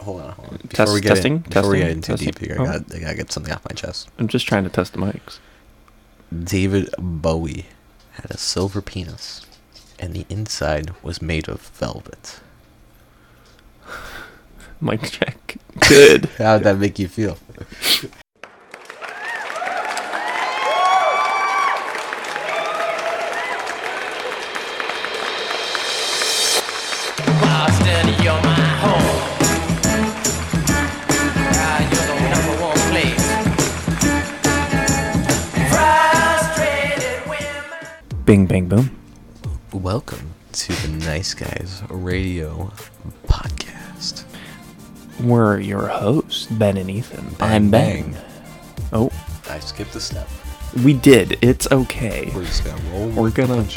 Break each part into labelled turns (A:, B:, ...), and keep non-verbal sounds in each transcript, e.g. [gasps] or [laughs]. A: hold on, hold on. Before
B: Test-
A: we get in-
B: testing?
A: before we get
B: Testing?
A: in too
B: Testing?
A: deep here,
B: Oh.
A: I, got, I gotta get something off my chest.
B: I'm just trying to test the mics.
A: David Bowie had a silver penis, and the inside was made of velvet.
B: Mic check. [laughs] Good.
A: How would that make you feel?
C: Boston, you're my home. Ah, you're the number one place. Frustrated women.
B: Bing, bang, boom.
A: Welcome to the Nice Guys Radio Podcast.
B: We're your hosts, Ben and Ethan. Oh,
A: I skipped a step.
B: we did. It's okay.
A: We're just gonna roll.
B: We're
A: with the
B: gonna
A: punches.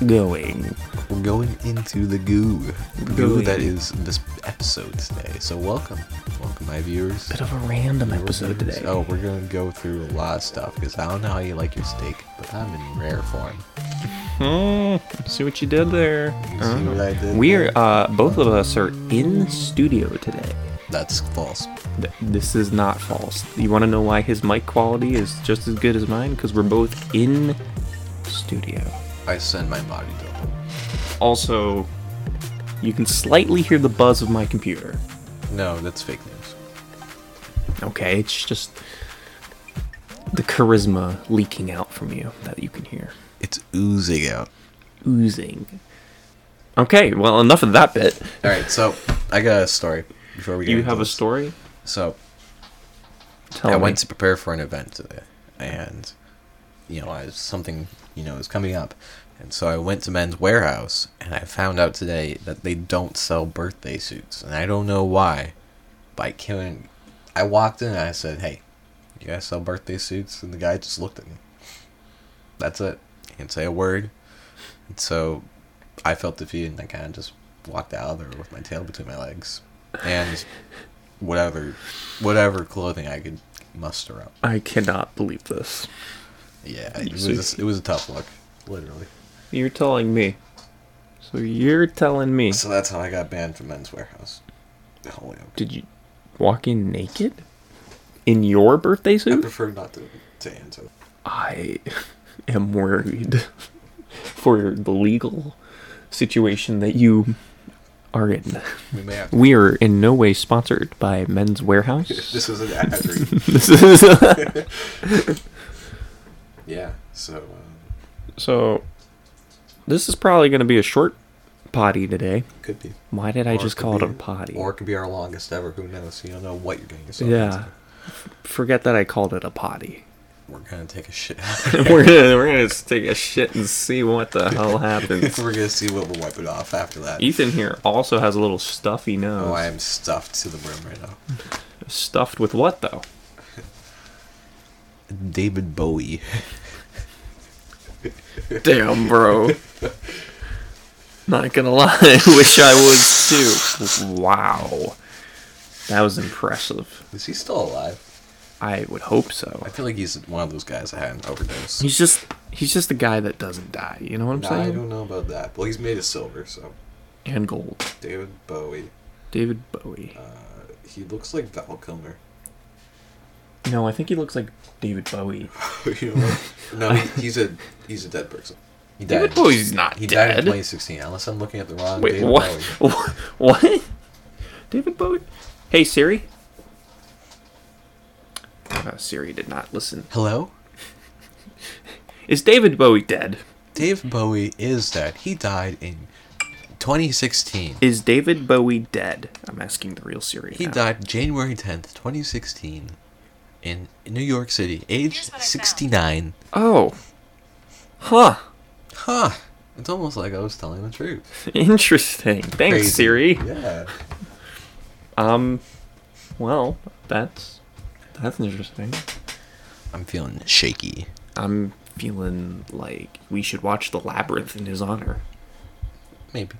B: keep going.
A: We're going into the goo. The goo
B: Gooey.
A: that is this episode today. So welcome, welcome my viewers.
B: Bit of a random
A: Viewers.
B: episode today.
A: Oh, we're gonna go through a lot of stuff because I don't know how you like your steak, but I'm in rare form.
B: Hmm, see what you did there. Uh-huh.
A: You see what I did?
B: We're
A: there?
B: uh, both of us are in studio today.
A: That's false.
B: Th- This is not false. You want to know why his mic quality is just as good as mine? Because we're both in studio.
A: I send my body double.
B: Also, you can slightly hear the buzz of my computer.
A: No, that's fake news.
B: Okay, it's just the charisma leaking out from you that you can hear.
A: It's oozing out.
B: Oozing. Okay, well, enough of that bit.
A: All right, so I got a story before we get.
B: You
A: into
B: have a
A: this.
B: story?
A: So
B: Tell
A: I
B: me.
A: went to prepare for an event today, and you know, I was something you know is coming up, and so I went to Men's Warehouse, and I found out today that they don't sell birthday suits, and I don't know why. By killing, I walked in and I said, "Hey, you guys sell birthday suits?" And the guy just looked at me. That's it. He didn't say a word, and so I felt defeated, and I kind of just walked out of there with my tail between my legs, and whatever, whatever clothing I could muster up.
B: I cannot believe this.
A: Yeah, it was, it was a tough look, literally.
B: You're telling me. So you're telling me.
A: So that's how I got banned from Men's Warehouse. Holyoke.
B: Did you walk in naked? In your birthday
A: I
B: suit?
A: prefer not to, to answer.
B: I am worried for the legal situation that you are in.
A: We may have to.
B: We are in no way sponsored by Men's Warehouse.
A: This was an ad read.
B: this is
A: yeah, so. Um,
B: [laughs] so. This is probably going to be a short potty today.
A: could be.
B: Why did I
A: Or
B: just
A: could
B: call it a
A: be-
B: potty?
A: Or it could be our longest ever. Who knows? You don't know what you're getting yourself
B: yeah,
A: into.
B: forget that I called it a [laughs] potty.
A: We're going to take a shit. [laughs]
B: we're gonna we're gonna take a shit and see what the hell [laughs] happens.
A: We're going to see what we'll wipe it off after that.
B: Ethan here also has a little stuffy nose.
A: Oh, I am stuffed to the brim right now.
B: Stuffed with what though?
A: David Bowie.
B: Damn, bro. Not gonna lie, [laughs] I wish I was too. Wow, that was impressive.
A: Is he still alive?
B: I would hope so.
A: I feel like he's one of those guys that had an overdose.
B: He's just he's just a guy that doesn't die. You know what I'm
A: Nah, I
B: saying?
A: don't know about that. Well, he's made of silver, so
B: And gold.
A: David Bowie.
B: David Bowie.
A: Uh, He looks like Val Kilmer. [laughs]
B: No, I think he looks like David Bowie.
A: You know what? no, he, he's a he's a dead person. He died.
B: David Bowie's not
A: he died in
B: dead.
A: 2016. Unless I'm looking at the wrong.
B: Wait,
A: David
B: what?
A: Bowie.
B: [laughs] What? David Bowie? Hey, Siri. Uh, Siri did not listen.
A: Hello.
B: Is David Bowie dead? Hmm.
A: David Bowie is dead. He died in 2016.
B: Is David Bowie dead? I'm asking the real Siri.
A: He
B: now.
A: died January 10th, 2016, in New York City,
D: Here's
A: aged
D: what I found.
A: 69.
B: Oh. Huh.
A: Huh. It's almost like I was telling the truth.
B: Interesting. Thanks,
A: Crazy.
B: Siri.
A: Yeah.
B: Um. Well, that's that's interesting.
A: I'm feeling shaky.
B: I'm feeling like we should watch The Labyrinth in his honor,
A: Maybe.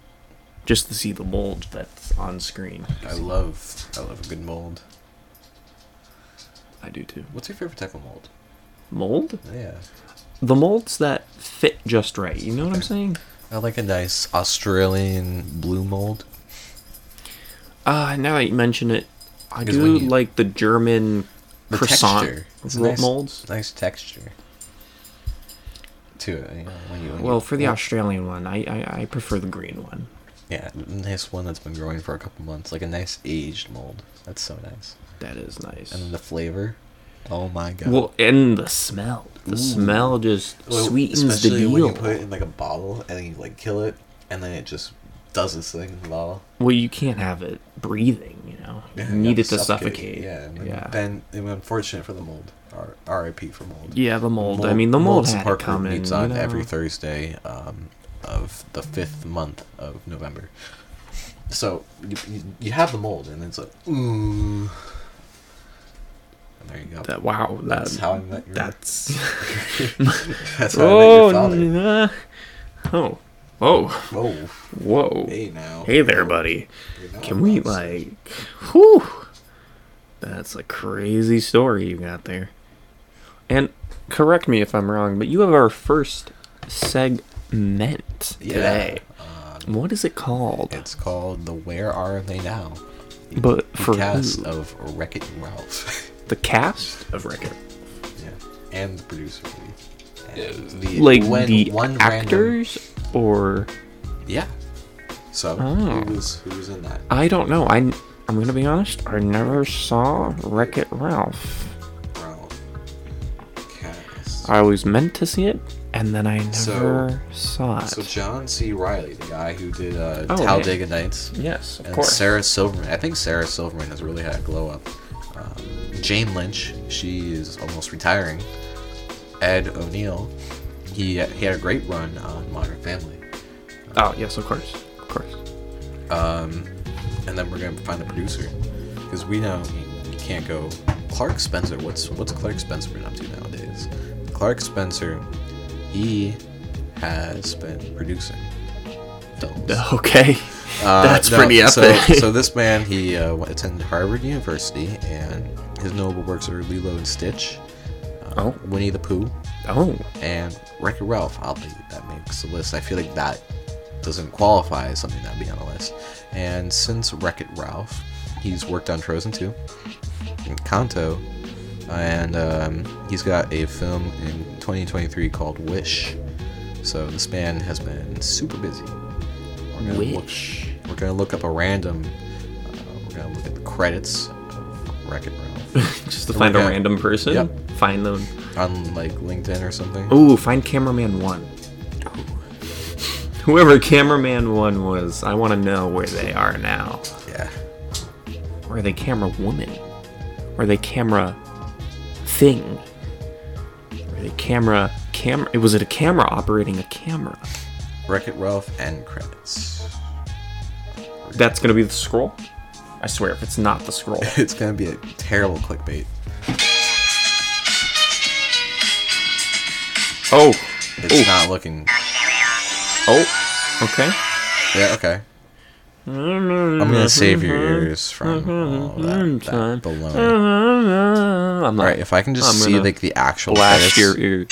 B: just to see the mold that's on screen.
A: I love I love a good mold.
B: I do too.
A: What's your favorite type of mold?
B: Mold?
A: Yeah.
B: the molds that fit just right. You know what I'm saying?
A: I like a nice Australian blue mold.
B: Uh, now that you mention it, I
A: Because
B: do
A: when you-
B: like the German
A: The
B: croissant
A: texture. It's a
B: roll
A: nice,
B: molds.
A: Nice texture. To it, you know, when you, when
B: Well,
A: you-
B: for the Australian one, I, I, I prefer the green one.
A: yeah, a nice one that's been growing for a couple months, like a nice aged mold. That's so nice.
B: That is nice.
A: And then the flavor, oh my god!
B: well, and the smell. The
A: Ooh.
B: smell just
A: Mm. Well,
B: sweetens the
A: especially
B: deal.
A: when you put it in like a bottle and then you like kill it, and then it just does this thing in the bottle.
B: well, you can't have it breathing, you know.
A: Yeah,
B: you need
A: gotta
B: it to suffocate.
A: Yeah, and
B: yeah.
A: Ben, it was unfortunate for the mold. R- R.I.P. for mold.
B: Yeah, the mold. I mean, the mold
A: Mold's
B: had it
A: Park Room
B: coming.
A: meets
B: you
A: on
B: know?
A: every Thursday um, of the fifth month of November. So you, you, you have the mold, and it's like, ooh. And there you go.
B: That wow, that,
A: that's how I met your.
B: that's
A: [laughs] that's how
B: oh,
A: I met your father.
B: nah. oh, oh,
A: Whoa,
B: whoa, hey,
A: hey now.
B: there, buddy.
A: You know
B: Can we
A: about
B: like, whew, that's a crazy story you got there. And correct me if I'm wrong, but you have our first segment
A: Yeah.
B: today.
A: Um,
B: What is it called?
A: It's called the Where Are They Now? The-
B: But
A: the
B: for
A: cast
B: who?
A: of Wreck It Ralph. [laughs]
B: the cast of Record.
A: yeah, and the producer. Maybe. And the,
B: Like
A: when
B: the
A: random-
B: actors, or
A: yeah. So
B: Oh.
A: who was who was in that?
B: I don't know. I I'm gonna be honest. I never saw Wreck It Ralph.
A: Ralph cast.
B: I always meant to see it, and then I
A: So-
B: never saw it.
A: So John C. Riley, the guy who did uh,
B: Oh, yeah.
A: Talladega Nights,
B: yes, of
A: and
B: course.
A: Sarah Silverman. I think Sarah Silverman has really had a glow up. Um, Jane Lynch, she is almost retiring. Ed O'Neill, he he had a great run on Modern Family.
B: oh yes, of course, of course.
A: Um, and then we're gonna find a producer because we know we can't go. Clark Spencer, what's what's Clark Spencer been up to nowadays? Clark Spencer, he has been producing films.
B: Okay,
A: Uh,
B: that's
A: no,
B: pretty
A: so-
B: epic.
A: So,
B: [laughs]
A: this man, he uh, went- attended Harvard University, and his notable works are Lilo and Stitch, uh,
B: Oh.
A: Winnie the Pooh,
B: oh,
A: and Wreck It Ralph. Oddly, that makes the list. I feel like that doesn't qualify as something that'd be on the list. And since Wreck It Ralph, he's worked on Frozen 2 and Kanto, and um, he's got a film in 2023 called Wish. So this man has been super busy. We're gonna look-
B: Wish.
A: we're gonna look up a random. Uh, we're gonna look at the credits of Wreck It
B: [laughs]
A: Ralph
B: just to
A: Oh my
B: find a
A: God.
B: random person.
A: Yep.
B: Find them.
A: on like LinkedIn or something.
B: Ooh, find cameraman one. Whoever cameraman one was, I want to know where they are now.
A: Yeah.
B: Or are they camera woman? Or are they camera thing? Or are they camera camera? It was it a camera operating a camera?
A: Wreck It Ralph and credits.
B: That's gonna be the scroll. I swear, if it's not
A: [laughs]
B: the scroll,
A: [laughs] It's gonna be a terrible clickbait.
B: oh,
A: It's
B: oh,
A: not looking.
B: oh, okay.
A: Yeah. Okay. I'm gonna save your ears from all that, that baloney.
B: I'm
A: All
B: not
A: right. If I can just
B: I'm
A: see
B: gonna
A: like the actual
B: blast
A: credits.
B: your ear.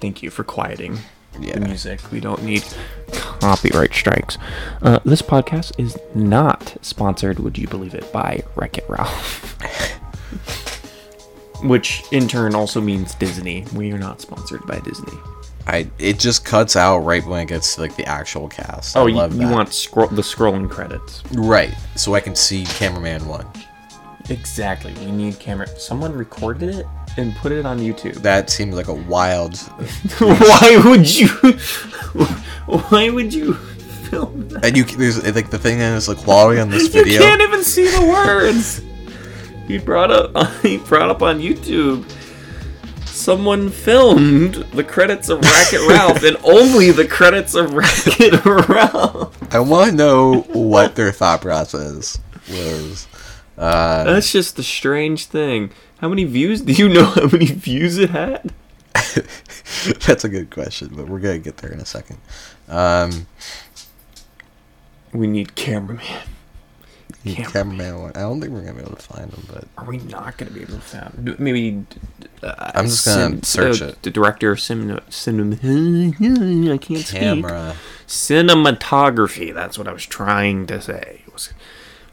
B: Thank you for quieting
A: Yeah.
B: the music. We don't need copyright strikes. Uh, this podcast is not sponsored, would you believe it, by Wreck It Ralph. [laughs] Which in turn also means Disney. We are not sponsored by Disney.
A: I. It just cuts out right when it gets to like the actual cast.
B: Oh,
A: I
B: you,
A: love
B: you
A: that.
B: want scroll the scrolling credits?
A: right? So I can see cameraman one.
B: Exactly. We need camera. Someone recorded it and put it on YouTube.
A: That seems like a wild.
B: [laughs] why would you [laughs] why would you [laughs] film that
A: and you there's like the thing is the quality on this
B: [laughs] you
A: video.
B: can't even see the words he brought up [laughs] he brought up on youtube someone filmed the credits of
A: [laughs]
B: racket ralph and only the credits of racket [laughs] ralph
A: I want to know what their thought process was. Uh,
B: that's just the strange thing how many views do you know how many views it had
A: [laughs] That's a good question, but we're gonna get there in a second. Um,
B: we need cameraman
A: The
B: Cameraman.
A: cameraman one. I don't think we're gonna be able to find him, but
B: Are we not going to be able to find? d- Maybe. Uh,
A: I'm just gonna search it.
B: The director of cinema, cinema [laughs] I can't speak.
A: camera.
B: Cinematography. That's what I was trying to say. Was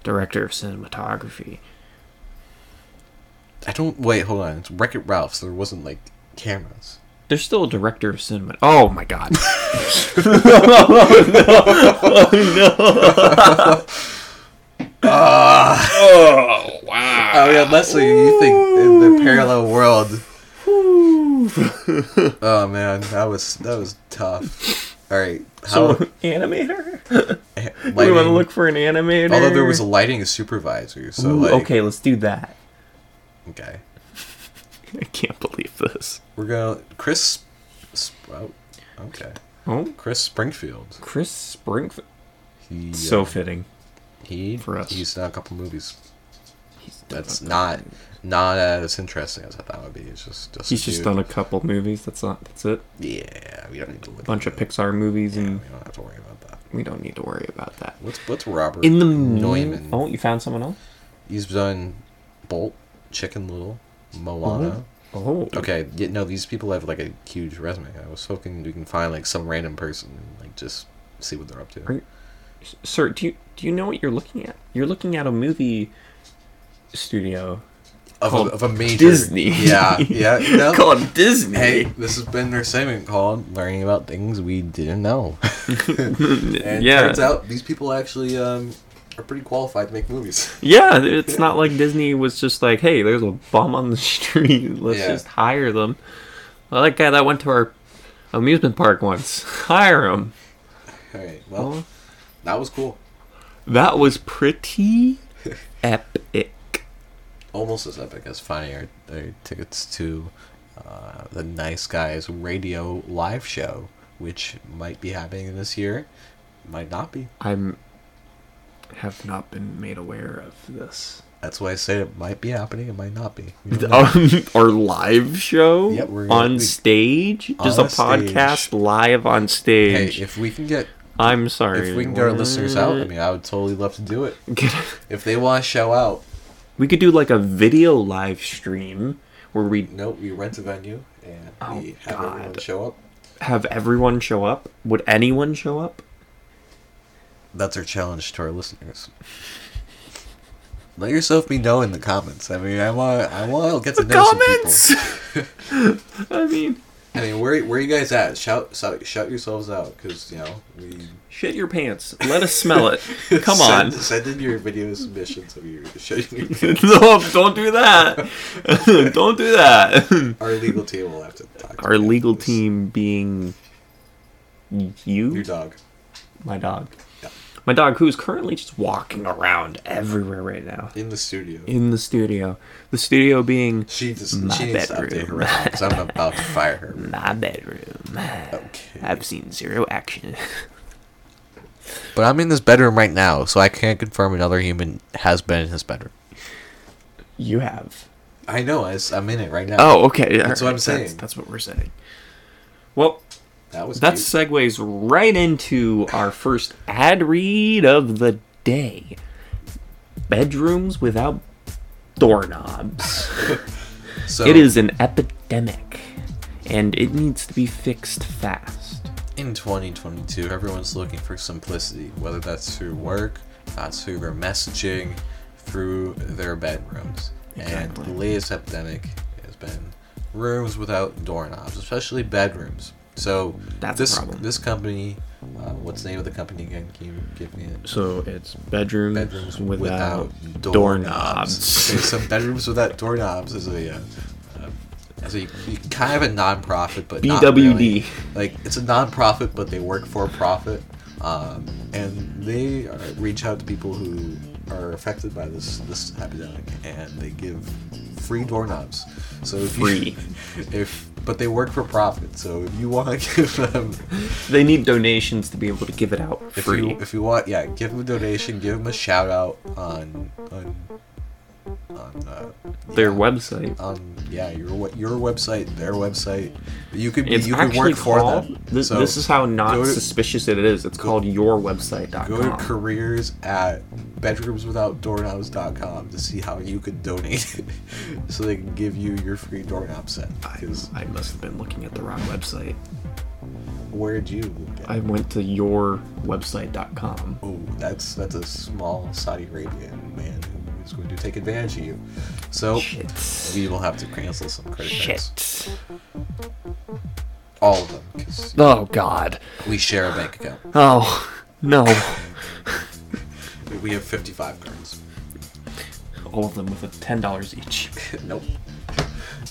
B: director of cinematography.
A: I don't. Wait, hold on. It's Wreck It Ralph, so there wasn't like cameras.
B: There's still a director of cinema. Oh my god.
A: Oh yeah, Leslie, you think in the parallel world? oh man, that was that was tough. All right,
B: [laughs] So
A: how
B: [laughs] animator.
A: [laughs] lighting,
B: We want to look for an animator.
A: although there
B: [laughs]
A: was a lighting supervisor, so
B: Ooh,
A: like
B: okay, let's do that.
A: okay,
B: I can't believe this.
A: we're gonna Chris. Sp- oh, okay,
B: Oh,
A: Chris Springfield.
B: Chris Springfield.
A: He, uh,
B: So fitting.
A: he
B: for us.
A: he's done a couple movies.
B: He's done
A: That's
B: a-
A: not not as interesting as I thought it would be. It's just just
B: He's just
A: dude.
B: done a couple movies. That's not. That's it.
A: yeah. We don't need to look
B: A bunch of
A: into it.
B: Pixar movies,
A: Yeah,
B: and
A: we don't have to worry about that.
B: we don't need to worry about that.
A: What's what's Robert
B: In the
A: Neumann?
B: mean- oh, you found someone else.
A: He's done Bolt, Chicken Little, Moana.
B: Oh,
A: Okay, yeah, no, these people have like a huge resume. I was hoping we can find like some random person and like just see what they're up to.
B: Are you- sir. Do you do you know what you're looking at? You're looking at a movie studio
A: Of a,
B: called
A: of a major
B: Disney. [laughs]
A: Yeah, yeah. no.
B: called Disney. [laughs]
A: Hey, this has been their segment called "Learning About Things We Didn't Know." [laughs] and
B: Yeah.
A: turns out these people actually um, are pretty qualified to make movies. [laughs]
B: Yeah, it's not like Disney was just like, hey, there's a bum on the [laughs] street. Let's
A: Yeah.
B: just hire them. Well, that guy that went to our amusement park once, [laughs] hire him.
A: All right, well, that was cool.
B: That was pretty
A: [laughs]
B: epic.
A: almost as epic as finding our, our tickets to uh, the Nice Guys radio live show, which might be happening this year, might not be.
B: I'm have not been made aware of this.
A: That's why I said it might be happening, it might not be.
B: [laughs]
A: We don't know.
B: Um, our live show
A: Yeah, we're gonna-
B: on
A: we-
B: stage, just
A: On
B: a
A: a stage.
B: podcast live on
A: hey,
B: stage.
A: if we can get
B: I'm sorry.
A: if we can get our listeners out,
B: [laughs]
A: I
B: what?
A: mean, I would totally love to do it.
B: Get-
A: If they want to show out,
B: We could do like a video live stream where we
A: no, we rent a venue and
B: Oh,
A: we have everyone
B: God.
A: show up.
B: have everyone show up. Would anyone show up?
A: That's our challenge to our listeners. Let yourself be known in the comments. I mean, I want I want to get to know some people.
B: [laughs] I mean,
A: I mean, where where you guys at? Shout shout, shout yourselves out because you know we
B: shit your pants. Let us
A: [laughs]
B: smell it. [laughs] Come on.
A: send, send in your video submissions of your [laughs] shitting your
B: [laughs] no, don't do that. [laughs] don't do that. [laughs]
A: Our legal team will have to talk. to
B: Our
A: you.
B: legal
A: This-
B: team being
A: your
B: you,
A: dog.
B: my dog.
A: Yeah.
B: My dog, who's currently just walking around everywhere right now
A: in the studio.
B: in the studio. The studio being
A: she just
B: my
A: she needs to update her
B: bedroom.
A: because I'm about to fire
B: [laughs]
A: her.
B: my bedroom.
A: Okay.
B: I've seen zero action. [laughs]
A: But I'm in this bedroom right now, so I can't confirm another human has been in his bedroom.
B: you have.
A: I know. I, am in it right now.
B: Oh, okay.
A: That's what I'm
B: That's,
A: saying.
B: that's what we're saying. Well,
A: that was
B: that
A: cute.
B: segues right into our first ad read of the day Bedrooms Without Doorknobs.
A: So,
B: It is an epidemic, and it needs to be fixed fast.
A: in 2022, everyone's looking for simplicity, whether that's through work, uh, through their messaging, through their bedrooms.
B: Exactly.
A: And the latest epidemic has been rooms without doorknobs, especially bedrooms. So
B: That's a
A: this
B: problem.
A: this company, uh, what's the name of the company again? Can you give me it?
B: So it's bedrooms,
A: Bedrooms
B: without,
A: without, doorknobs.
B: doorknobs.
A: okay, so bedrooms without doorknobs is a. Uh, uh, is a kind of a non-profit, but not
B: BWD.
A: really. Like it's a non-profit, but they work for profit, um, and they uh, reach out to people who are affected by this this epidemic, and they give free doorknobs. So if
B: Free.
A: you, [laughs] if but they work for profit, so if you want to [laughs] give them
B: They need donations to be able to give it out
A: if
B: free.
A: you if you want, yeah, give them a donation, give them a shout out on on on uh,
B: Their website.
A: um yeah your we- your website their website but you could be,
B: It's
A: you could
B: actually
A: work for
B: called.
A: them
B: This,
A: so
B: this is how not
A: go to-
B: suspicious it is. It's called
A: go to
B: yourwebsite.com.
A: careers at bedroomswithoutdoorknobs.com to see how you could donate [laughs] so they can give you your free doorknob set because
B: I must have been looking at the wrong website.
A: where'd you look at
B: I went to yourwebsite.com.
A: oh that's that's a small saudi arabian man who's going to take advantage of you so
B: Shit.
A: we will have to cancel some credit cards
B: Shit.
A: all of them because
B: Oh, God.
A: we share a bank account
B: Oh, no.
A: we have 55 cards
B: All of them with a $10 each.
A: nope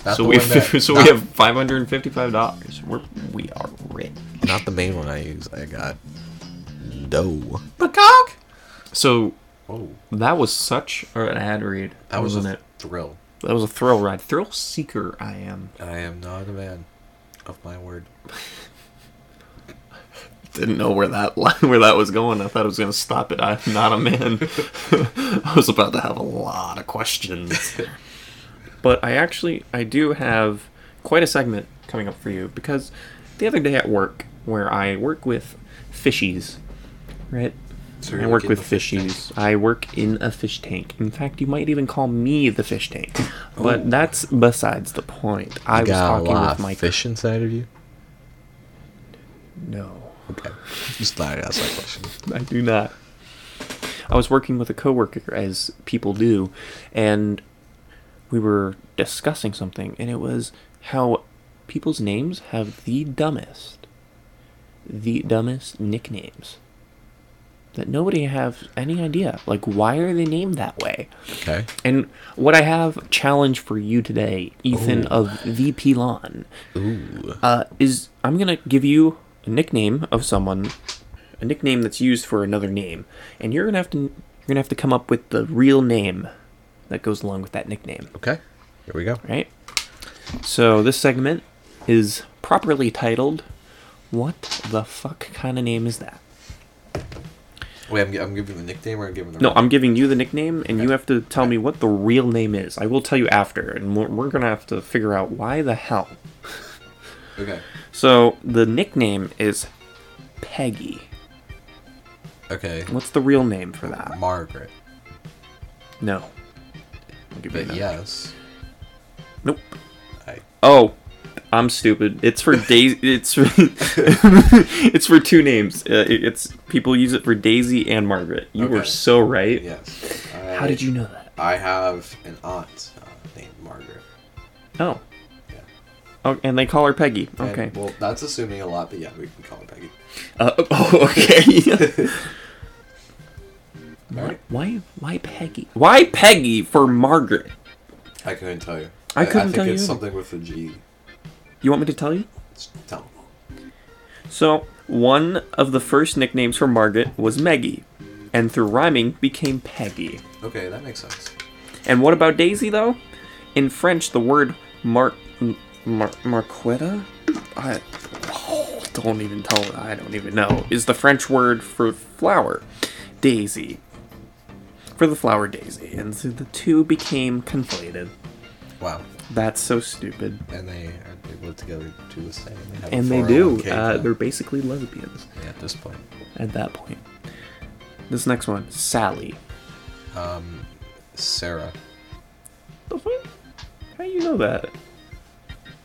A: Not
B: so
A: the
B: we
A: one [laughs] that-
B: [laughs] so
A: not-
B: we have $555. We're, we are rich.
A: Not the main one I use. I got dough.
B: Peacock! So
A: Oh,
B: that was such an ad read.
A: that was
B: wasn't
A: a
B: it?
A: thrill.
B: That was a thrill ride. Thrill seeker, I am.
A: I am not a man of my word.
B: Didn't know where that [laughs] where that was going. I thought it was going to stop it. I'm not a man. [laughs] I was about to have a lot of questions. [laughs] but I actually I do have quite a segment coming up for you because the other day at work where I work with fishies, right?
A: So
B: I
A: you're
B: work
A: working
B: with
A: the fish tank.
B: fishies. I work in a fish tank. In fact, you might even call me the fish tank.
A: Oh.
B: But
A: Ooh.
B: that's besides the point. I was talking with my
A: fish inside of you.
B: No.
A: Okay, just thought I'd ask that question.
B: I do not. I was working with a coworker, as people do, and we were discussing something, and it was how people's names have the dumbest, the dumbest nicknames that nobody have any idea. Like, why are they named that way?
A: Okay.
B: And what I have challenge for you today, Ethan
A: Ooh.
B: of the Pelon,
A: Ooh.
B: uh, is I'm gonna give you a nickname of someone, a nickname that's used for another name, and you're gonna have to you're gonna have to come up with the real name that goes along with that nickname,
A: Okay. Here we go.
B: right? So this segment is properly titled, "What the fuck kind of name is that?"
A: Wait, I'm, gi- I'm giving the nickname or I'm giving the
B: No, I'm giving you the nickname, and you have to tell me what the real name is. I will tell you after, and we're, we're gonna have to figure out why the hell.
A: Okay.
B: So the nickname is Peggy.
A: Okay.
B: What's the real name for that?
A: Margaret.
B: No. I'll give you
A: But
B: that.
A: yes,
B: Nope.
A: I
B: Oh, I'm stupid. It's
A: [laughs]
B: for Daisy. It's for [laughs] it's for two names. Uh, it- it's people use it for Daisy and Margaret. You were
A: Okay.
B: so right.
A: yes.
B: How did you know that?
A: I have an aunt uh, named Margaret.
B: Oh.
A: Yeah.
B: Oh, and they call her Peggy.
A: And,
B: Okay.
A: well, that's assuming a lot, but yeah, we can call her Peggy.
B: Uh, [laughs] oh,
A: [laughs]
B: okay.
A: All right.
B: why? Why Peggy? Why Peggy for Margaret?
A: I couldn't tell you.
B: I couldn't
A: I think
B: tell you
A: it's
B: either.
A: something with a G.
B: You want me to tell you?
A: It's dumb.
B: So, one of the first nicknames for Margaret was Meggie, and through rhyming became Peggy.
A: Okay, that makes sense.
B: And what about Daisy, though? In French, the word mar- m- mar- marquetta? I oh, don't even tell, I don't even know, is the French word for flower. Daisy. For the flower daisy. And so the two became conflated.
A: Wow.
B: That's so stupid.
A: And they are, they live together to this day. And they, have a
B: And they do.
A: 401k
B: Uh,
A: plan.
B: they're basically lesbians
A: yeah, at this point.
B: at that point. This next one, Sally.
A: Um, Sarah.
B: The fuck? How do you know that?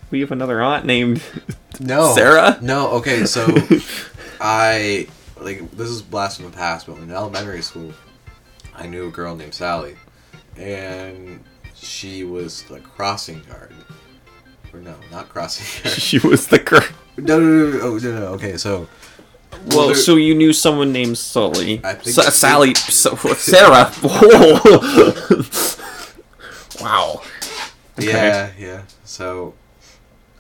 B: We have another aunt named. [laughs]
A: No.
B: Sarah?
A: No. Okay,
B: [laughs]
A: so I like this is a blast from the past, but in elementary school, I knew a girl named Sally, and she was the crossing guard. Or no, not crossing guard.
B: she was the girl.
A: No, no, no, no, oh, no, no. Okay, so
B: Well,
A: there-
B: so you knew someone named Sully.
A: I think
B: Sa-
A: so.
B: Sally.
A: [laughs]
B: So, Sarah. [laughs] Whoa. [laughs] wow.
A: Yeah, yeah. So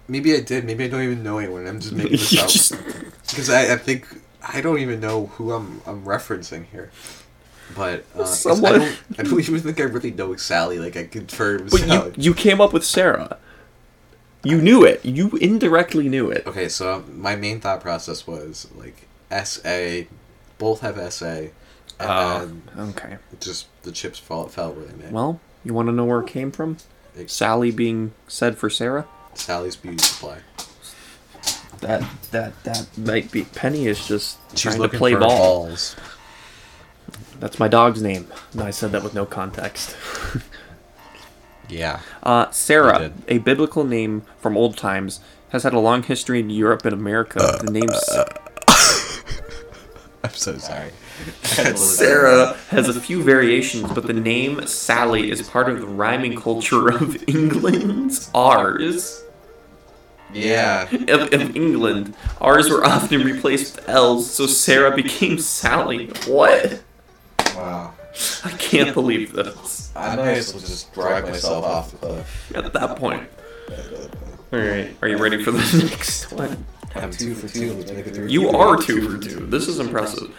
A: maybe I did. Maybe I don't even know anyone. I'm
B: [laughs]
A: just making
B: You
A: this up
B: just-
A: because I, I think I don't even know who I'm I'm referencing here. But uh, 'cause
B: Someone-
A: I don't. I don't even think I really know Sally. Like I confirm
B: But
A: Sally.
B: you, you came up with Sarah. You knew it. You indirectly knew
A: [laughs]
B: it.
A: okay, so um, my main thought process was like S A, both have S A, and
B: okay.
A: Um, just the chips fall fell where they may.
B: Uh. Well, You want to know where it came from? Sally being said for Sarah.
A: Sally's beauty supply.
B: That that that might be Penny is just
A: She's
B: trying to
A: looking
B: play
A: for
B: ball.
A: balls.
B: That's my dog's name. And I said that with
A: [laughs]
B: no context.
A: Yeah.
B: Uh,
A: You
B: Sarah,
A: did.
B: a biblical name from old times, has had a long history in Europe and America.
A: Uh,
B: the name S-
A: I'm so [laughs] sorry.
B: Sarah has a few variations, but the name Sally is part of the rhyming culture of [laughs] England's R's.
A: Yeah.
B: Of, of England, R's were often replaced with L's, so Sarah became Sally. What?
A: Wow.
B: I can't believe this.
A: I might as well just drive myself off the cliff.
B: At that point. Alright, are you ready for [laughs] the next one?
A: I'm two for two. Let's make it three.
B: You are two for two. This is impressive.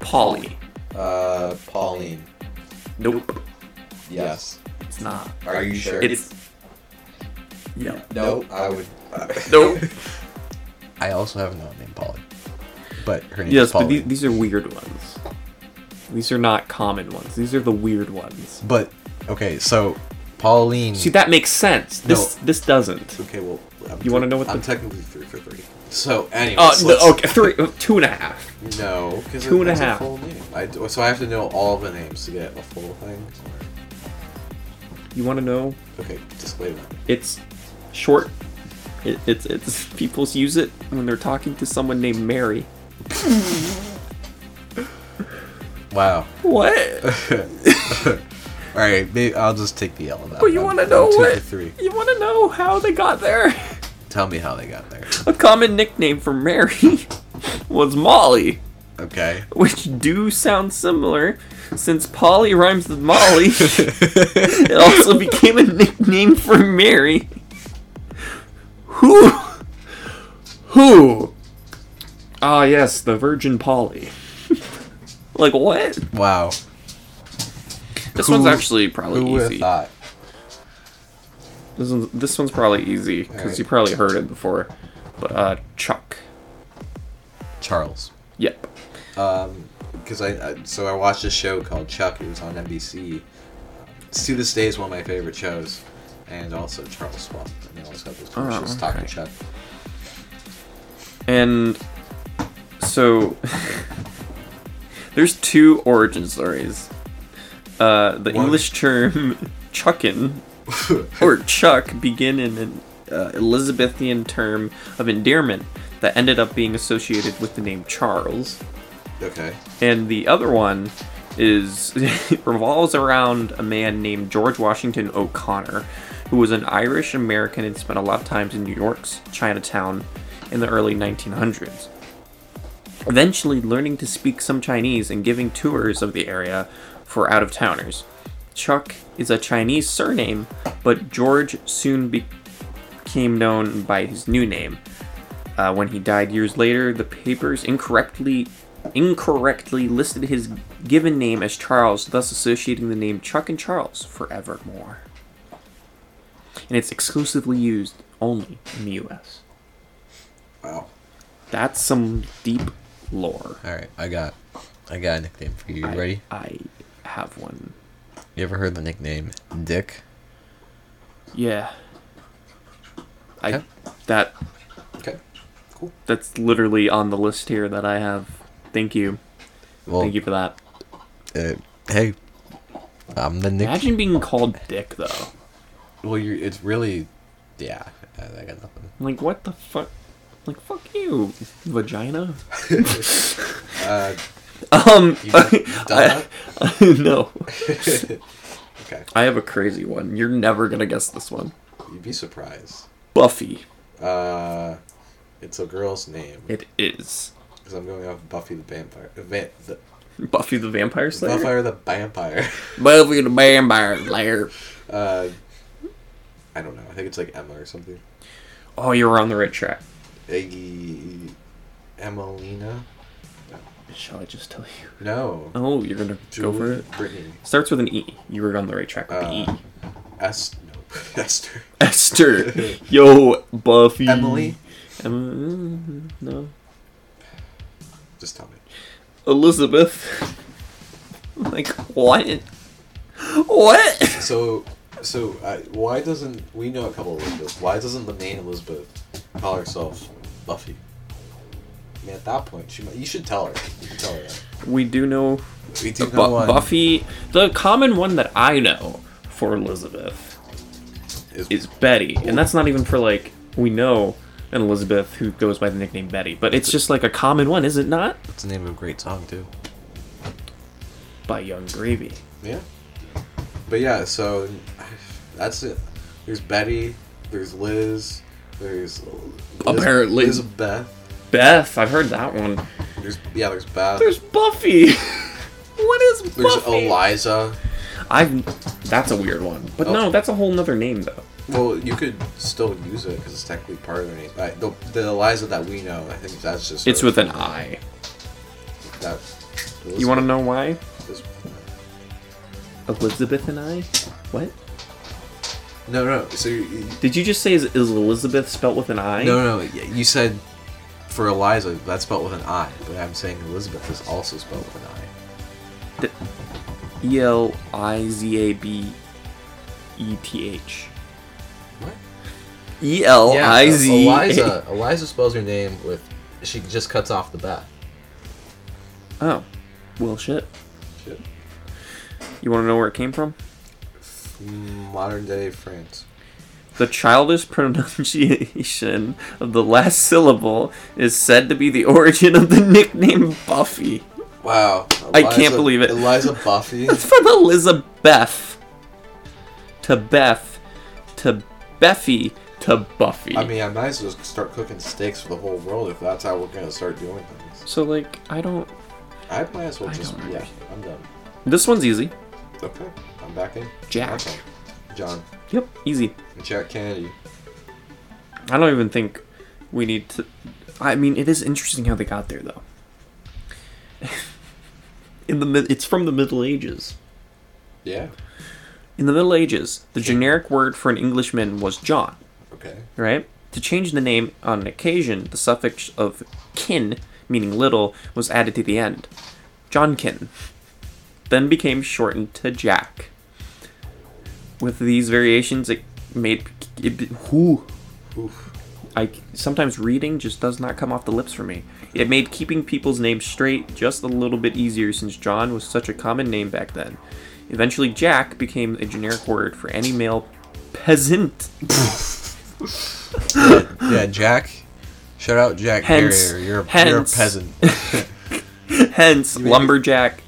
B: Polly.
A: Uh, Pauline.
B: Nope.
A: Yes.
B: It's not.
A: Are you sure?
B: It's. Yeah.
A: no. I would. [laughs]
B: [laughs] Nope.
A: I also have another name, Polly. But her name
B: yes,
A: is Polly.
B: but these, these are weird ones. These are not common ones. These are the weird ones.
A: But okay, so Pauline.
B: See, that makes sense. This this doesn't.
A: Okay, well, I'm
B: You wanna know what
A: I'm
B: the-
A: technically three for three. So, anyways,
B: Uh, no,
A: let's-
B: okay, three, uh, two and a half.
A: no, 'cause
B: Two and a
A: that's
B: half.
A: full name. I d- so I have to know all the names to get a full thing.
B: You want to know?
A: Okay, disclaimer.
B: It's short. It, it's it's people use it when they're talking to someone named Mary.
A: Wow.
B: What? [laughs]
A: All right, maybe I'll just take the L on that.
B: But you
A: one.
B: want to know
A: I'm two
B: what?
A: for three.
B: You want to know how they got there?
A: Tell me how they got there.
B: A common nickname for Mary [laughs] was Molly.
A: Okay.
B: which do sound similar. Since Polly rhymes with [laughs] Molly, it also became a nickname for Mary. Who? Who? Ah, yes, the Virgin Polly. like, what?
A: wow.
B: This
A: Who-
B: one's actually probably
A: Who would have
B: easy.
A: thought?
B: This one's, this one's probably easy, because
A: Alright.
B: you probably heard it before. But, uh, Chuck.
A: Charles.
B: Yep.
A: because I, I so I watched a show called Chuck. It was on NBC. It's to this day is one of my favorite shows, and also Charles Swamp. And they always have those commercials
B: Oh, okay.
A: talking Chuck.
B: And so [laughs] there's two origin stories. Uh, the
A: One.
B: English term [laughs]
A: [laughs]
B: chuckin or chuck begin in an uh, Elizabethan term of endearment that ended up being associated with the name Charles.
A: Okay.
B: And the other one is [laughs] revolves around a man named George Washington O'Connor, who was an Irish American and spent a lot of time in New York's Chinatown in the early 1900s. Eventually, learning to speak some Chinese and giving tours of the area for out of towners. Chuck is a Chinese surname, but George soon became known by his new name. Uh, when he died years later, the papers incorrectly incorrectly listed his given name as Charles, thus associating the name Chuck and Charles forevermore. And it's exclusively used only in the U.S.
A: Wow.
B: That's some deep lore.
A: All right. I got, I got a nickname for you. You ready?
B: I, I have one.
A: You ever heard the nickname Dick?
B: Yeah. I
A: Okay.
B: that
A: Okay. Cool.
B: that's literally on the list here that I have. Thank you.
A: Well,
B: Thank you for that.
A: Uh, hey, I'm the nick.
B: Imagine being called Dick though.
A: Well, you. It's really, yeah. I, I got nothing.
B: Like what the fuck? Like fuck you, vagina.
A: Uh,
B: [laughs] Um,
A: [laughs]
B: [laughs]
A: you done, you done
B: no. [laughs]
A: that? okay.
B: I have a crazy one. You're never gonna guess this one.
A: You'd be surprised.
B: Buffy.
A: Uh, it's a girl's name.
B: It is
A: Because I'm going off Buffy the Vampire. uh, Va- the,
B: Buffy the Vampire Slayer.
A: Buffy the Vampire. [laughs]
B: Buffy the Vampire Slayer.
A: Uh, I don't know. I think it's like Emma or something.
B: Oh, you were on the right track.
A: Iggy. Emelina?
B: Shall I just tell you?
A: No.
B: Oh, you're gonna go for it.
A: Brittany.
B: Starts with an E. You were on the right track with the
A: Uh,
B: E.
A: Es- no. [laughs] Esther.
B: [laughs]
A: [laughs]
B: Esther. Yo, Buffy.
A: Emily?
B: Em- no.
A: Just tell me.
B: [laughs] Elizabeth. like what? What? [laughs]
A: So, so uh, why doesn't we know a couple of Elizabeths? Why doesn't Lemaine Elizabeth call herself Buffy? I mean, at that point, she might, you should tell her. You should tell her that.
B: We do know
A: We do
B: Bu- Buffy. The common one that I know for Elizabeth
A: is,
B: is Betty, and that's not even for like we know an Elizabeth who goes by the nickname Betty, but it's just like a common one, is it not?
A: it's the name of a great song too.
B: By Young Gravy.
A: Yeah. But yeah, so that's it. There's Betty. There's Liz. There's Liz-
B: Apparently.
A: Elizabeth.
B: Beth, I've heard that one.
A: There's yeah. There's Beth.
B: There's Buffy. [laughs] what is Buffy?
A: There's Eliza.
B: I've. That's a weird one, but
A: Oh.
B: no, that's a whole nother name though.
A: Well, you could still use it because it's technically part of their name. Like, the, the Eliza that we know, I think that's just.
B: It's
A: her-
B: with an I.
A: That,
B: You want to know why?
A: Is,
B: Elizabeth and I. What?
A: no, no. So you, you,
B: Did you just say is, is Elizabeth spelt with an I?
A: no, no. y- You said for Eliza that's spelled with an I, but I'm saying Elizabeth is also spelled with an I.
B: E L I Z A B E T H.
A: What?
B: E L
A: Yeah,
B: I Z.
A: uh, Eliza.
B: [laughs]
A: Eliza spells her name with. She just cuts off the bat.
B: Oh, well, shit. You want to know where it came from?
A: Modern day Mm, France.
B: The childish [laughs] pronunciation of the last syllable is said to be the origin of the nickname Buffy.
A: Wow.
B: I can't believe it.
A: Eliza [laughs] Buffy.
B: It's from Elizabeth to Beth to Beffy to Buffy.
A: I mean, I might as well start cooking steaks for the whole world if that's how we're gonna start doing things.
B: so like I don't.
A: I might as well
B: I
A: just
B: don't
A: yeah.
B: understand.
A: I'm done.
B: This one's easy.
A: Okay, I'm back in.
B: Jack.
A: Okay. John,
B: Yep, easy.
A: Jack Kennedy.
B: I don't even think we need to. I mean, it is interesting how they got there, though. [laughs] In the mid, it's from the Middle Ages.
A: Yeah.
B: In the Middle Ages, the generic word for an Englishman was John, [gasps]
A: Okay.
B: right? To change the name on an occasion, the suffix of kin, meaning little, was added to the end. Johnkin then became shortened to Jack. With these variations, it made it, who
A: Oof.
B: I sometimes reading just does not come off the lips for me. It made keeping people's names straight just a little bit easier since John was such a common name back then. Eventually, Jack became a generic word for any male peasant.
A: Yeah, Jack. Shout out Jack
B: Hence-
A: Harrier. You're, you're a
B: hence. [laughs]
A: peasant.
B: Hence,
A: mean-
B: lumberjack,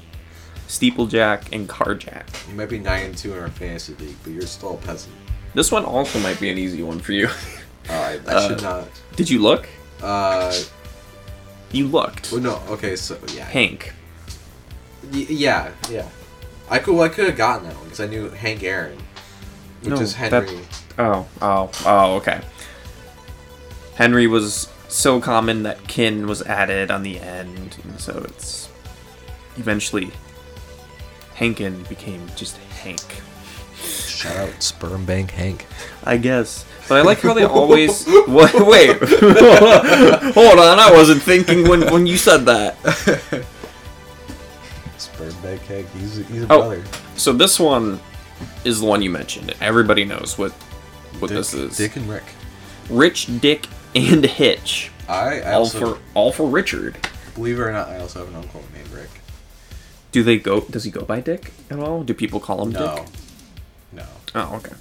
B: steeplejack, and carjack.
A: you might be nine and two in our fantasy league, but you're still a peasant.
B: This one also might be an easy one for you. [laughs]
A: All right,
B: Uh,
A: I should not.
B: Did you look?
A: Uh,
B: You looked.
A: well, no. Okay, so yeah.
B: Hank.
A: Y- yeah, yeah. I could. Well, I could have gotten that one because I knew Hank Aaron, which
B: No,
A: is
B: that-
A: Henry.
B: Oh, oh, oh, okay. Henry was so common that kin was added on the end, and so it's eventually Hankin became just Hank.
A: Shout out Sperm Bank Hank.
B: I guess. But I like how they always [laughs] what, wait. Hold on, I wasn't thinking when when you said that.
A: Sperm Bank Hank. He's a, he's a
B: Oh.
A: brother.
B: So this one is the one you mentioned. Everybody knows what what
A: Dick,
B: this is.
A: Dick and Rick.
B: Rich Dick and Hitch.
A: I, I
B: all
A: also
B: for all for Richard.
A: believe it or not, I also have an uncle named Rick.
B: Do they go? Does he go by Dick at all? Do people call him
A: No,
B: Dick?
A: no.
B: Oh, okay.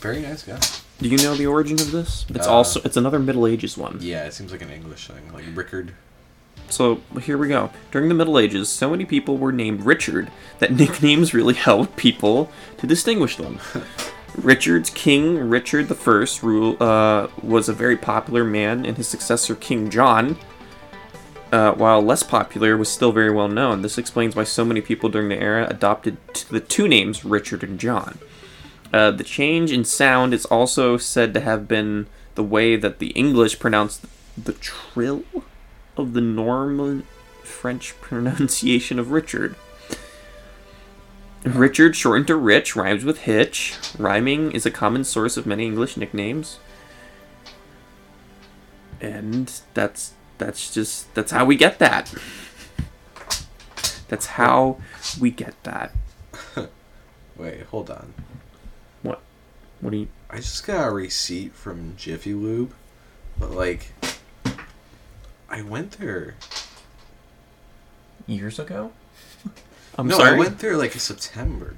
A: Very nice guy.
B: Do you know the origin of this? It's
A: Uh,
B: also it's another Middle Ages one.
A: Yeah, it seems like an English thing, like Rickard.
B: So here we go. During the Middle Ages, so many people were named Richard that [laughs] nicknames really helped people to distinguish them. [laughs] Richard's king Richard I rule uh, was a very popular man, and his successor King John, uh, while less popular, was still very well known. This explains why so many people during the era adopted t- the two names Richard and John. Uh, the change in sound is also said to have been the way that the English pronounced the trill of the Norman French pronunciation of Richard. Richard, shortened to Rich, rhymes with Hitch. Rhyming is a common source of many English nicknames. And that's that's just that's how we get that. That's how we get that.
A: Wait, hold on.
B: What? What do you?
A: I just got a receipt from Jiffy Lube, but like, I went there.
D: Years
A: [laughs]
D: ago?
B: I'm
A: no,
B: sorry.
A: I went there like in September.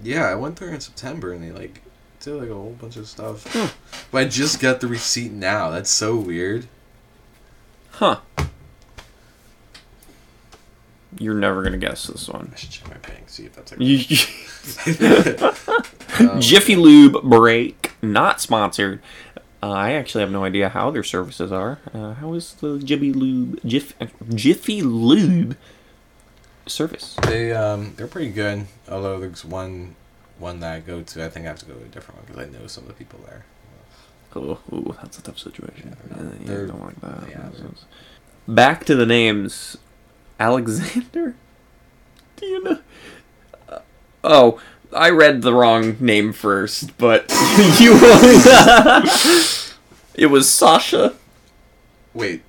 A: Yeah, I went there in September and they like did like a whole bunch of stuff.
B: Hmm.
A: But I just got the receipt now. That's so weird.
B: Huh. You're never gonna guess this one.
A: I should check my bank see if that's
B: You-
A: like.
B: you-
A: Um,
B: Jiffy Lube break not sponsored. Uh, I actually have no idea how their services are. Uh, how is the Jiffy Lube Jiff, Jiffy Lube service?
A: [laughs] They um they're pretty good. Although there's one one that I go to. I think I have to go to a different one because I know some of the people there.
B: Oh, ooh, that's a tough situation.
A: Yeah,
B: Uh, yeah,
A: they're-
B: don't like that.
A: yeah, they're-
B: Back to the names. Alexander? Do you know? Uh, oh, I read the wrong name first, but [laughs] you. [laughs] it was Sasha.
A: Wait.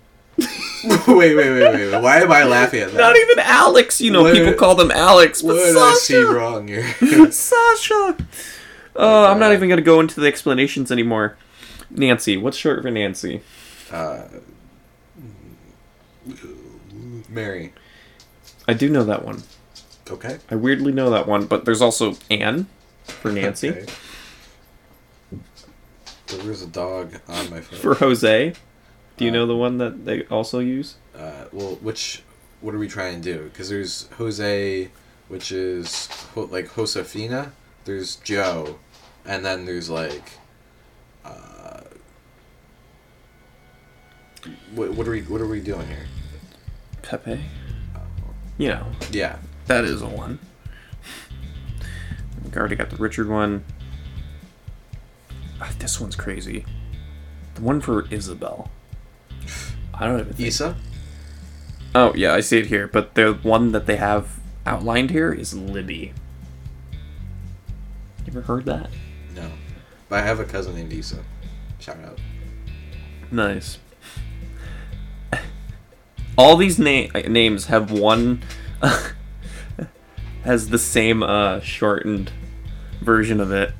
A: [laughs] wait, wait, wait, wait, wait. Why am I laughing at that?
B: Not even Alex. You know,
A: What-
B: people call them Alex, but
A: what did I see
B: Sasha.
A: wrong here? [laughs]
B: Sasha. Oh, I'm not
A: God.
B: even going to go into the explanations anymore. Nancy, what's short for Nancy?
A: uh, Mary.
B: I do know that one.
A: Okay.
B: I weirdly know that one, but there's also Anne for Nancy,
A: Okay. There was a dog on my phone.
B: for Jose. Do you
A: Uh,
B: know the one that they also use?
A: uh, well, which what are we trying to do? Because there's Jose, which is ho- like Josefina. There's Joe, and then there's like, uh, what, what are we what are we doing here?
B: Pepe. You know,
A: Yeah,
B: that is a one. We already got the Richard one. Ah, this one's crazy. The one for Isabel. I don't even think.
A: Issa.
B: Oh yeah, I see it here. But the one that they have outlined here is Libby. You ever heard that?
A: No, but I have a cousin named Issa. Shout out.
B: Nice. All these na- names have one [laughs] has the same uh, shortened version of it.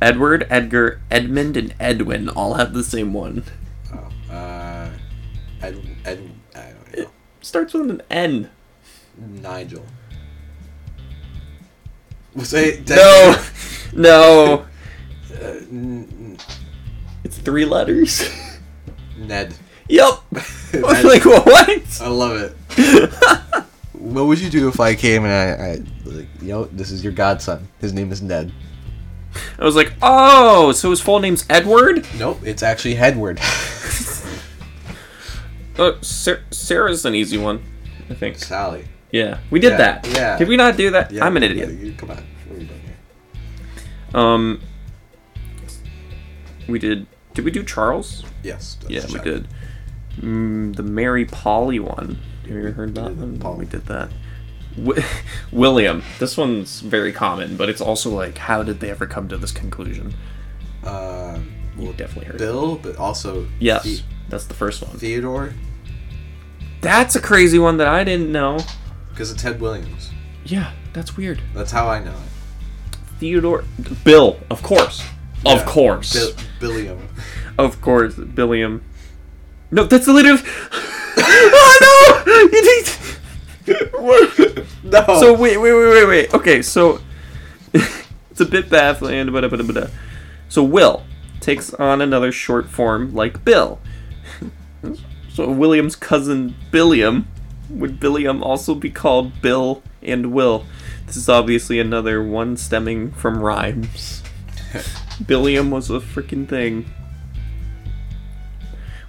B: Edward, Edgar, Edmund, and Edwin all have the same one.
A: Oh, uh, Ed, Ed, I don't know.
B: Starts with an N.
A: Nigel. Was I?
B: No, no.
A: Uh, n-
B: It's three letters. [laughs]
A: n- [laughs] Ned.
B: yep.
A: Ned.
B: like [laughs] what?
A: I love it. [laughs] what would you do if I came and I, I like, yo, this is your godson. His name is Ned.
B: I was like, oh, so his full name's Edward?
A: Nope, it's actually [laughs] Hedward.
B: Uh, Sar- Sarah's an easy one, I think.
A: Sally.
B: Yeah, we did
A: Yeah,
B: that.
A: yeah.
B: Did we not do that?
A: Yeah,
B: I'm an
A: you-
B: idiot.
A: you- Come on. What are you doing here?
B: Um, we did. Did we do Charles?
A: Yes. that's
B: yeah, we
A: Chuck.
B: did. Mm, the Mary Polly one. Have you ever heard that
A: did
B: one?
A: Polly.
B: We did that. Wi- [laughs] William. This one's very common, but it's also like, how did they ever come to this conclusion?
A: Um,
B: You definitely heard. it.
A: Bill, but also
B: Yes,
A: The-
B: that's the first one.
A: Theodore,
B: That's a crazy one that I didn't know.
A: because it's Ted Williams.
B: Yeah, that's weird.
A: That's how I know it.
B: Theodore Bill, of course. Of
A: Yeah.
B: course.
A: Bill, [laughs] Billiam.
B: Of course, Billiam. No, that's the leader of [laughs] Oh no! You did-
A: no.
B: so wait, wait, wait, wait, wait. Okay, so [laughs] it's a bit baffling, but but but. So Will takes on another short form like Bill. [laughs] so William's cousin Billiam would Billiam also be called Bill and Will? This is obviously another one stemming from rhymes. Billiam was a freaking thing.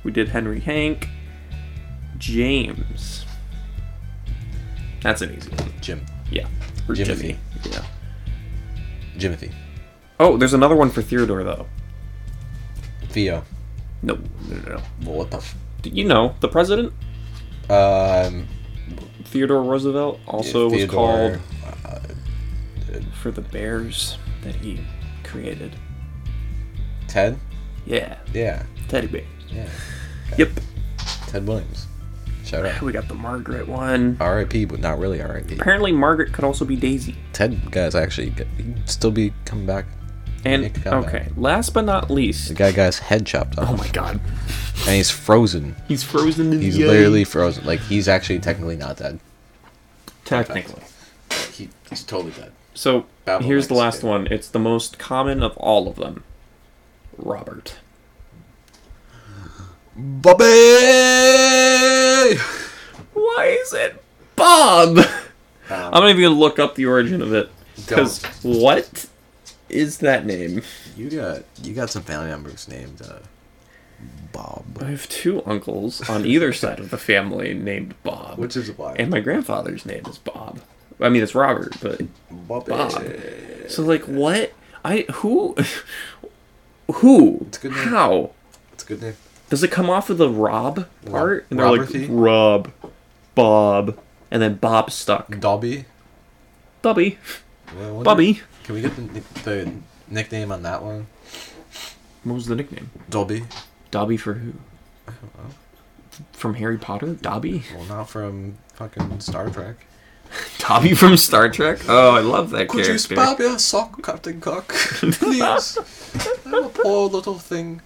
B: We did Henry Hank. James. That's an easy one.
A: Jim.
B: Yeah. Or
A: Jimothy.
B: Jimmy. Yeah.
A: Jimothy.
B: Oh, there's another one for Theodore though.
A: Theo.
B: No, no, no, no.
A: Well, what the? F-
B: Do You know, the president
A: um.
B: Theodore Roosevelt also was
A: Theodore,
B: called for the bears that he created.
A: Ted.
B: Yeah,
A: Yeah.
B: teddy bears.
A: Yeah.
B: Yep. Oh,
A: Ted Williams. Shout out.
B: We got the Margaret one.
A: R.I.P., but not really R.I.P.
B: Apparently, Margaret could also be Daisy.
A: Ted guy's actually g- he'd still be coming back.
B: And
A: Nick got
B: okay, last but not
A: The
B: least,
A: guy got his head chopped off,
B: oh my god,
A: and he's frozen.
B: he's frozen in
A: He's
B: the ice.
A: literally frozen. Like he's actually technically not dead.
B: technically.
A: He, he's totally dead.
B: So
A: Babel
B: here's the
A: Next
B: last
A: Day.
B: one. It's the most common of all of them. Robert.
A: Bobby.
B: Why is it Bob? [laughs] I'm not even gonna look up the origin of it because what is that name?
A: You got you got some family members named uh,
B: I
A: Bob,
B: have two uncles on [laughs] either side of the family named Bob,
A: which is why
B: and my grandfather's name is Bob. I mean, it's Robert, but
A: Bobby.
B: Bob. so like what? I who [laughs] who
A: a good name.
B: how
A: It's a good name.
B: does it come off of the Rob part? And they're
A: Roberthy?
B: like Rob, Bob, and then Bob stuck.
A: Dobby.
B: Bubby,
A: Well, I wonder-
B: Bubby.
A: Can we get the, nick- the nickname on that one?
B: What was the nickname?
A: Dobby.
B: Dobby for who? From Harry Potter? Dobby? [laughs]
A: Well, not from fucking Star Trek.
B: Dobby from Star Trek? Oh, I love that character.
A: your sock, Captain Cock? [laughs] Please. I'm a poor little thing.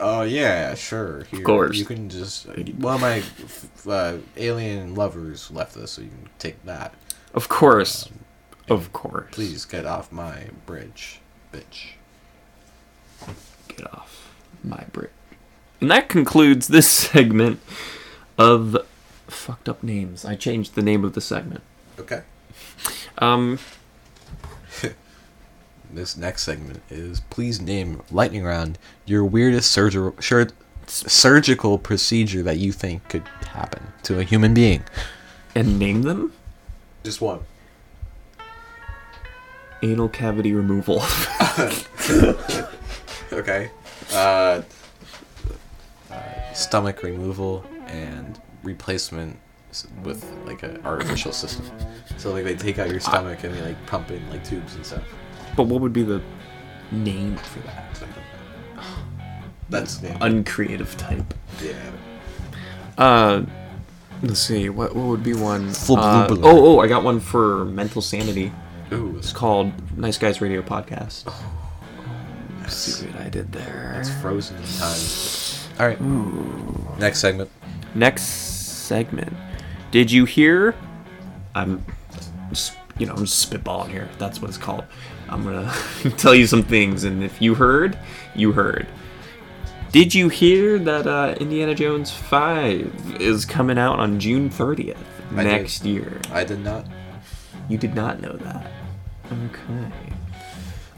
A: Oh, yeah, sure. Here, of
B: course.
A: You can just. Well, my f- uh, alien lovers left this, so you can take that.
B: Of course. Of course.
A: Please get off my bridge, bitch.
B: Get off my brick. And that concludes this [laughs] segment of fucked up names. I changed the name of the segment.
A: Okay.
B: Um,
A: This next segment is please name lightning round your weirdest surgical sur- surgical procedure that you think could happen to a human being.
B: and name them?
A: Just one.
B: Anal cavity removal. [laughs]
A: Okay. Uh, uh, stomach removal and replacement s- with like an artificial system. So like they take out your stomach and they like pump in like tubes and stuff.
B: but what would be the name for that?
A: That's the
B: Uncreative type.
A: yeah.
B: Uh, let's see. What what would be one? Uh,
A: Flubberluber.
B: oh oh, I got one for mental sanity.
A: Ooh,
B: It's called Nice Guys Radio Podcast. see what Oh, I did there.
A: it's frozen in time. All right. Next segment.
B: Next segment. Did you hear? I'm, just, you know, I'm just spitballing here. That's what it's called. I'm gonna [laughs] tell you some things, and if you heard, you heard. Did you hear that uh, Indiana Jones Five is coming out on June 30th
A: I did.
B: next year?
A: I did not.
B: You did not know that. Okay.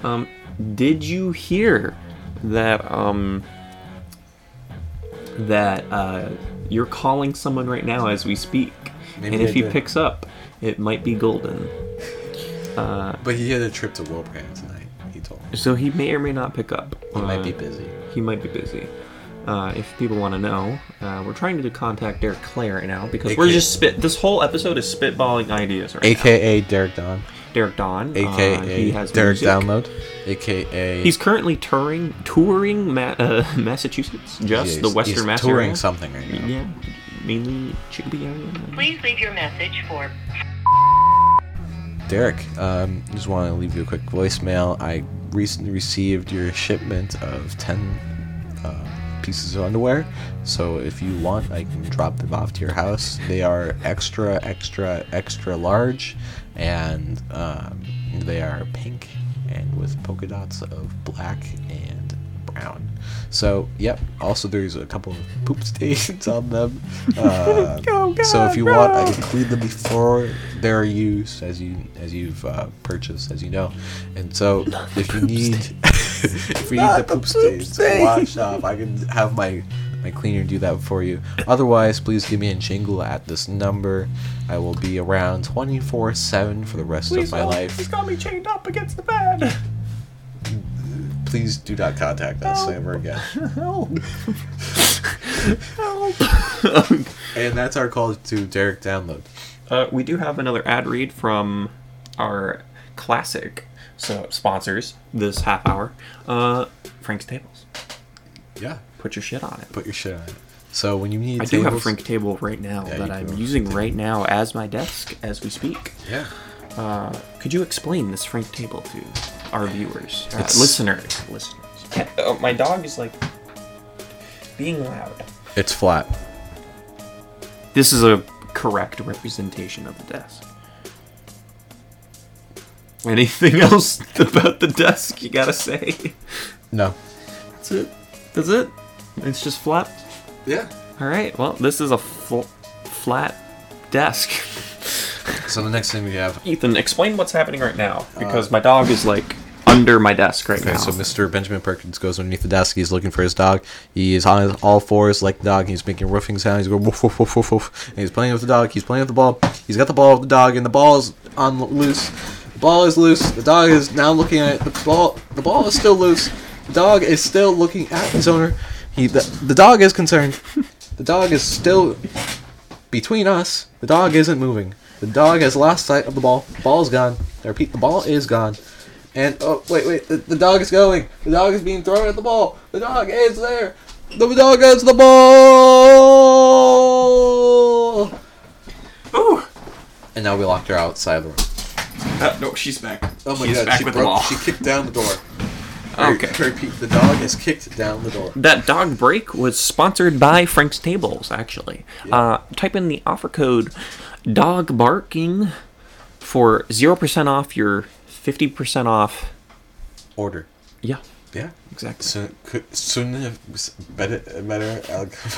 B: Um, did you hear that um that uh you're calling someone right now as we speak,
A: Maybe
B: and if
A: I
B: he
A: did.
B: picks up, it might be golden.
A: But he had a trip to Wilbraham tonight. He told me
B: So he may or may not pick up.
A: he might be
B: Uh,
A: busy.
B: he might be busy. Uh, if people want to know, uh, we're trying to contact Derek Clay right now because we're
A: AKA.
B: just spit. This whole episode is spitballing ideas right now.
A: AKA Derek Don.
B: Derek Don, uh, he
A: AKA
B: has
A: Derek
B: music.
A: Download. AKA
B: He's currently touring touring Ma- uh, [laughs] Massachusetts, just
A: he's-
B: the Western
A: he's
B: Mass
A: touring
B: area.
A: something right now.
B: Yeah, mainly Chicopee area.
D: Please leave your message for
A: Derek, um, just want to leave you a quick voicemail. I recently received your shipment of 10 uh, pieces of underwear. So if you want, I can drop them off to your house. They are extra, extra, extra large, and um, they are pink and with polka dots of black and brown. So, yep. Also, there's a couple of poop [laughs] stains on them. Uh, so if you want, I can clean them before they're used, as you as you've uh, purchased, as you know. And so, if you need [laughs] if you need the poop stains washed off, I can have my my cleaner do that for you. Otherwise, please give me a jingle at this number. I will be around 24/7 for the rest of my life.
B: got me chained up against the bed. [laughs]
A: Please do not contact us ever again.
B: Help! Help!
A: And that's our call to Derek Download.
B: Uh, we do have another ad read from our classic so sponsors this half hour. Uh, Frank's Tables.
A: Yeah.
B: Put your shit on it.
A: put your shit on it. So when you need
B: I do
A: tables,
B: have a Frank table right now
A: Yeah,
B: that
A: you
B: I'm
A: do.
B: using right now as my desk as we speak.
A: Yeah.
B: Uh, could you explain this Frank table to our viewers, uh,
A: It's-
B: listeners, listeners? [laughs] Oh, my dog is like being loud.
A: It's flat.
B: This is a correct representation of the desk. Anything [laughs] else about the desk you gotta say?
A: No.
B: That's it. That's it. It's just flat.
A: Yeah.
B: All right. Well, this is a fl- flat desk. [laughs]
A: So the next thing we have.
B: Ethan, explain what's happening right now because my dog is like under my desk right
A: Uh, Okay,
B: now.
A: so Mr. Benjamin Perkins goes underneath the desk. He's looking for his dog. He is on his all fours like the dog. He's making roofing sounds. He's going woof woof woof woof woof. And he's playing with the dog. He's playing with the ball. He's got the ball with the dog, and the ball is on loose. The ball is loose. The dog is now looking at it. The ball. The ball is still loose. The dog is still looking at his owner. He. The, the dog is concerned. The dog is still between us, the dog isn't moving. The dog has lost sight of the ball. Ball's gone. I repeat, the ball is gone. And oh wait, wait, the, the dog is going. The dog is being thrown at the ball. The dog is there. The dog has the ball.
B: Ooh.
A: And now we locked her outside the room.
B: Uh, no, she's back.
A: Oh my
B: she's
A: god,
B: back
A: she
B: with
A: broke.
B: the
A: She
B: [laughs] ball.
A: kicked down the door.
B: Okay.
A: I repeat, the dog has kicked down the door.
B: That dog break was sponsored by Frank's Tables, actually. Uh, type in the offer code dog barking for 0% off your 50% off.
A: Order.
B: Yeah,
A: Yeah. [laughs]
B: exactly.
A: Soon, could, soon, better, better. uh, [laughs]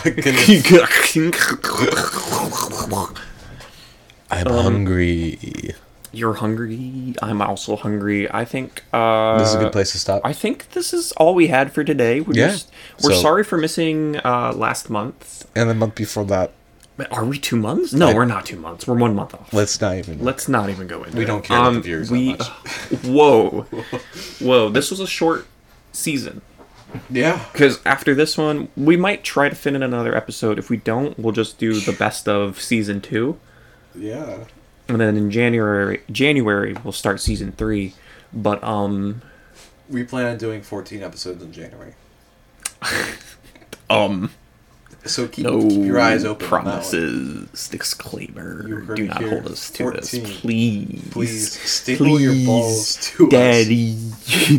A: I'll, I
B: [laughs]
A: I'm
B: Um,
A: hungry.
B: You're hungry. I'm also hungry. I think uh,
A: This is a good place to stop.
B: I think this is all we had for today. We're,
A: Yeah.
B: just, we're
A: So-
B: sorry for missing uh, last month.
A: and the month before that,
B: But Are we two months? No, we're not two months. We're one month off.
A: let's not even.
B: Let's not even go into.
A: We
B: it. Um,
A: don't care about the viewers that much.
B: [laughs] whoa, whoa! This was a short season
A: yeah.
B: because after this one, we might try to fit in another episode. If we don't, we'll just do the best of season two,
A: Yeah.
B: and then in January, January we'll start season three. But um,
A: We plan on doing 14 episodes in January.
B: um,
A: So keep,
B: no
A: keep your eyes open. on that one.
B: promises. Disclaimer:
A: You heard
B: Do
A: it
B: not
A: here.
B: hold us to this,
A: 14.
B: please.
A: Please staple your balls to us.
B: Daddy,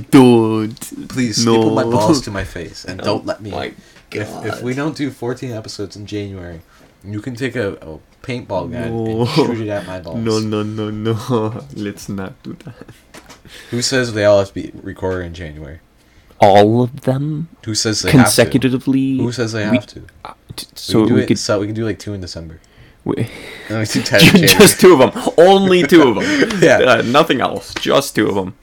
B: [laughs] don't.
A: Please
B: No. Oh
A: staple my balls to my face
B: [laughs]
A: and don't let me.
B: my
A: If, if
B: God.
A: we don't do 14 episodes in January, you can take a, a paintball gun
B: No.
A: and shoot it at
B: [laughs]
A: my balls.
B: No, no, no, no. [laughs] Let's not do that.
A: Who says they all have to be recorded in January?
B: All of them
A: Who says they have
B: consecutively.
A: to? Who says they
B: we-
A: have to?
B: uh, t-
A: So
B: So
A: we can do
B: we
A: it.
B: could.
A: so we can do like two in December.
B: we-
A: And we
B: [laughs]
A: do ten in January.
B: just two of them. Only two of them.
A: [laughs] Yeah.
B: Uh, nothing else. Just two of them.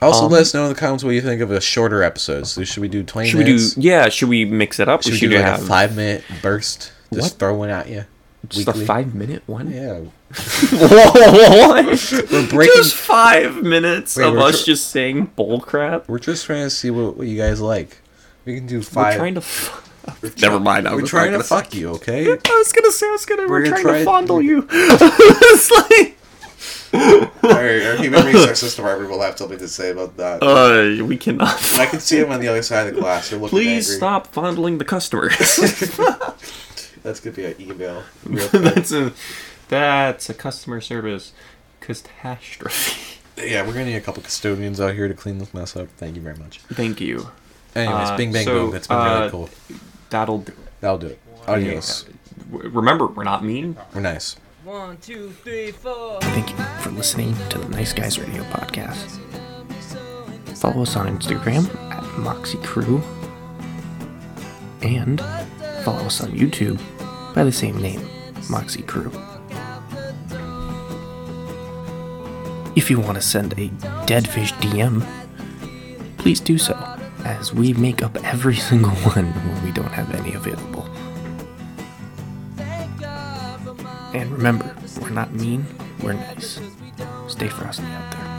A: Also,
B: Um,
A: let us know in the comments what you think of a shorter episode. So should we do twenty
B: Should we do?
A: minutes?
B: Yeah. Should we mix it up?
A: should we, do, like a five minute burst? Just
B: What?
A: throw one at you.
B: just a five minute one. [laughs]
A: Yeah.
B: what?
A: We're breaking.
B: Just five minutes
A: Wait,
B: of
A: we're
B: us
A: tr-
B: just saying bull crap.
A: We're just trying to see what, what you guys like. We can do
B: We're
A: five.
B: trying to. F- [laughs] Never mind. I
A: We're
B: was
A: trying
B: not
A: to
B: gonna say-
A: fuck you,
B: [laughs]
A: okay?
B: I was gonna say I was gonna. We're,
A: We're gonna
B: trying
A: try-
B: to fondle you. [laughs] it's like,
A: Our, our
B: [laughs]
A: human resources department will have something to say about that.
B: uh, we cannot.
A: can see him on the other side of the glass. They're looking
B: [laughs] Please stop fondling the customers. [laughs]
A: That's gonna be an email. Real
B: that's a that's a customer service catastrophe. [laughs]
A: yeah, we're gonna need a couple custodians out here to clean this mess up. Thank you very much.
B: Thank you.
A: Anyways,
B: Uh,
A: Bing Bang
B: so,
A: Boom. That's been
B: uh,
A: really cool.
B: That'll do it.
A: That'll do it. Adios.
B: W- Remember, we're not mean.
A: We're nice.
D: One, two, three, four.
E: Thank you for listening to the Nice Guys Radio podcast. Follow us on Instagram at Moxie Crew and follow us on YouTube by the same name, Moxie Crew. If you want to send a Deadfish DM, please do so, as we make up every [laughs] single one when we don't have any available. And remember, we're not mean, we're nice. Stay frosty out there.